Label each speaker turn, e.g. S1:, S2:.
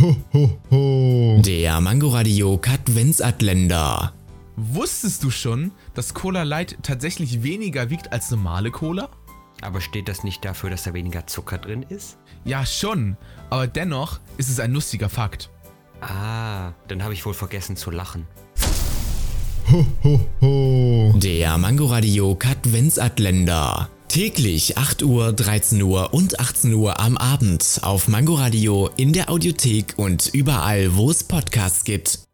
S1: Ho, ho, ho.
S2: Der Mangoradio Katwensatländer.
S3: Wusstest du schon, dass Cola Light tatsächlich weniger wiegt als normale Cola?
S4: Aber steht das nicht dafür, dass da weniger Zucker drin ist?
S3: Ja, schon, aber dennoch ist es ein lustiger Fakt.
S4: Ah, dann habe ich wohl vergessen zu lachen.
S1: Ho, ho, ho.
S2: Der Mangoradio Katwensatländer. Täglich 8 Uhr, 13 Uhr und 18 Uhr am Abend auf Mangoradio in der Audiothek und überall, wo es Podcasts gibt.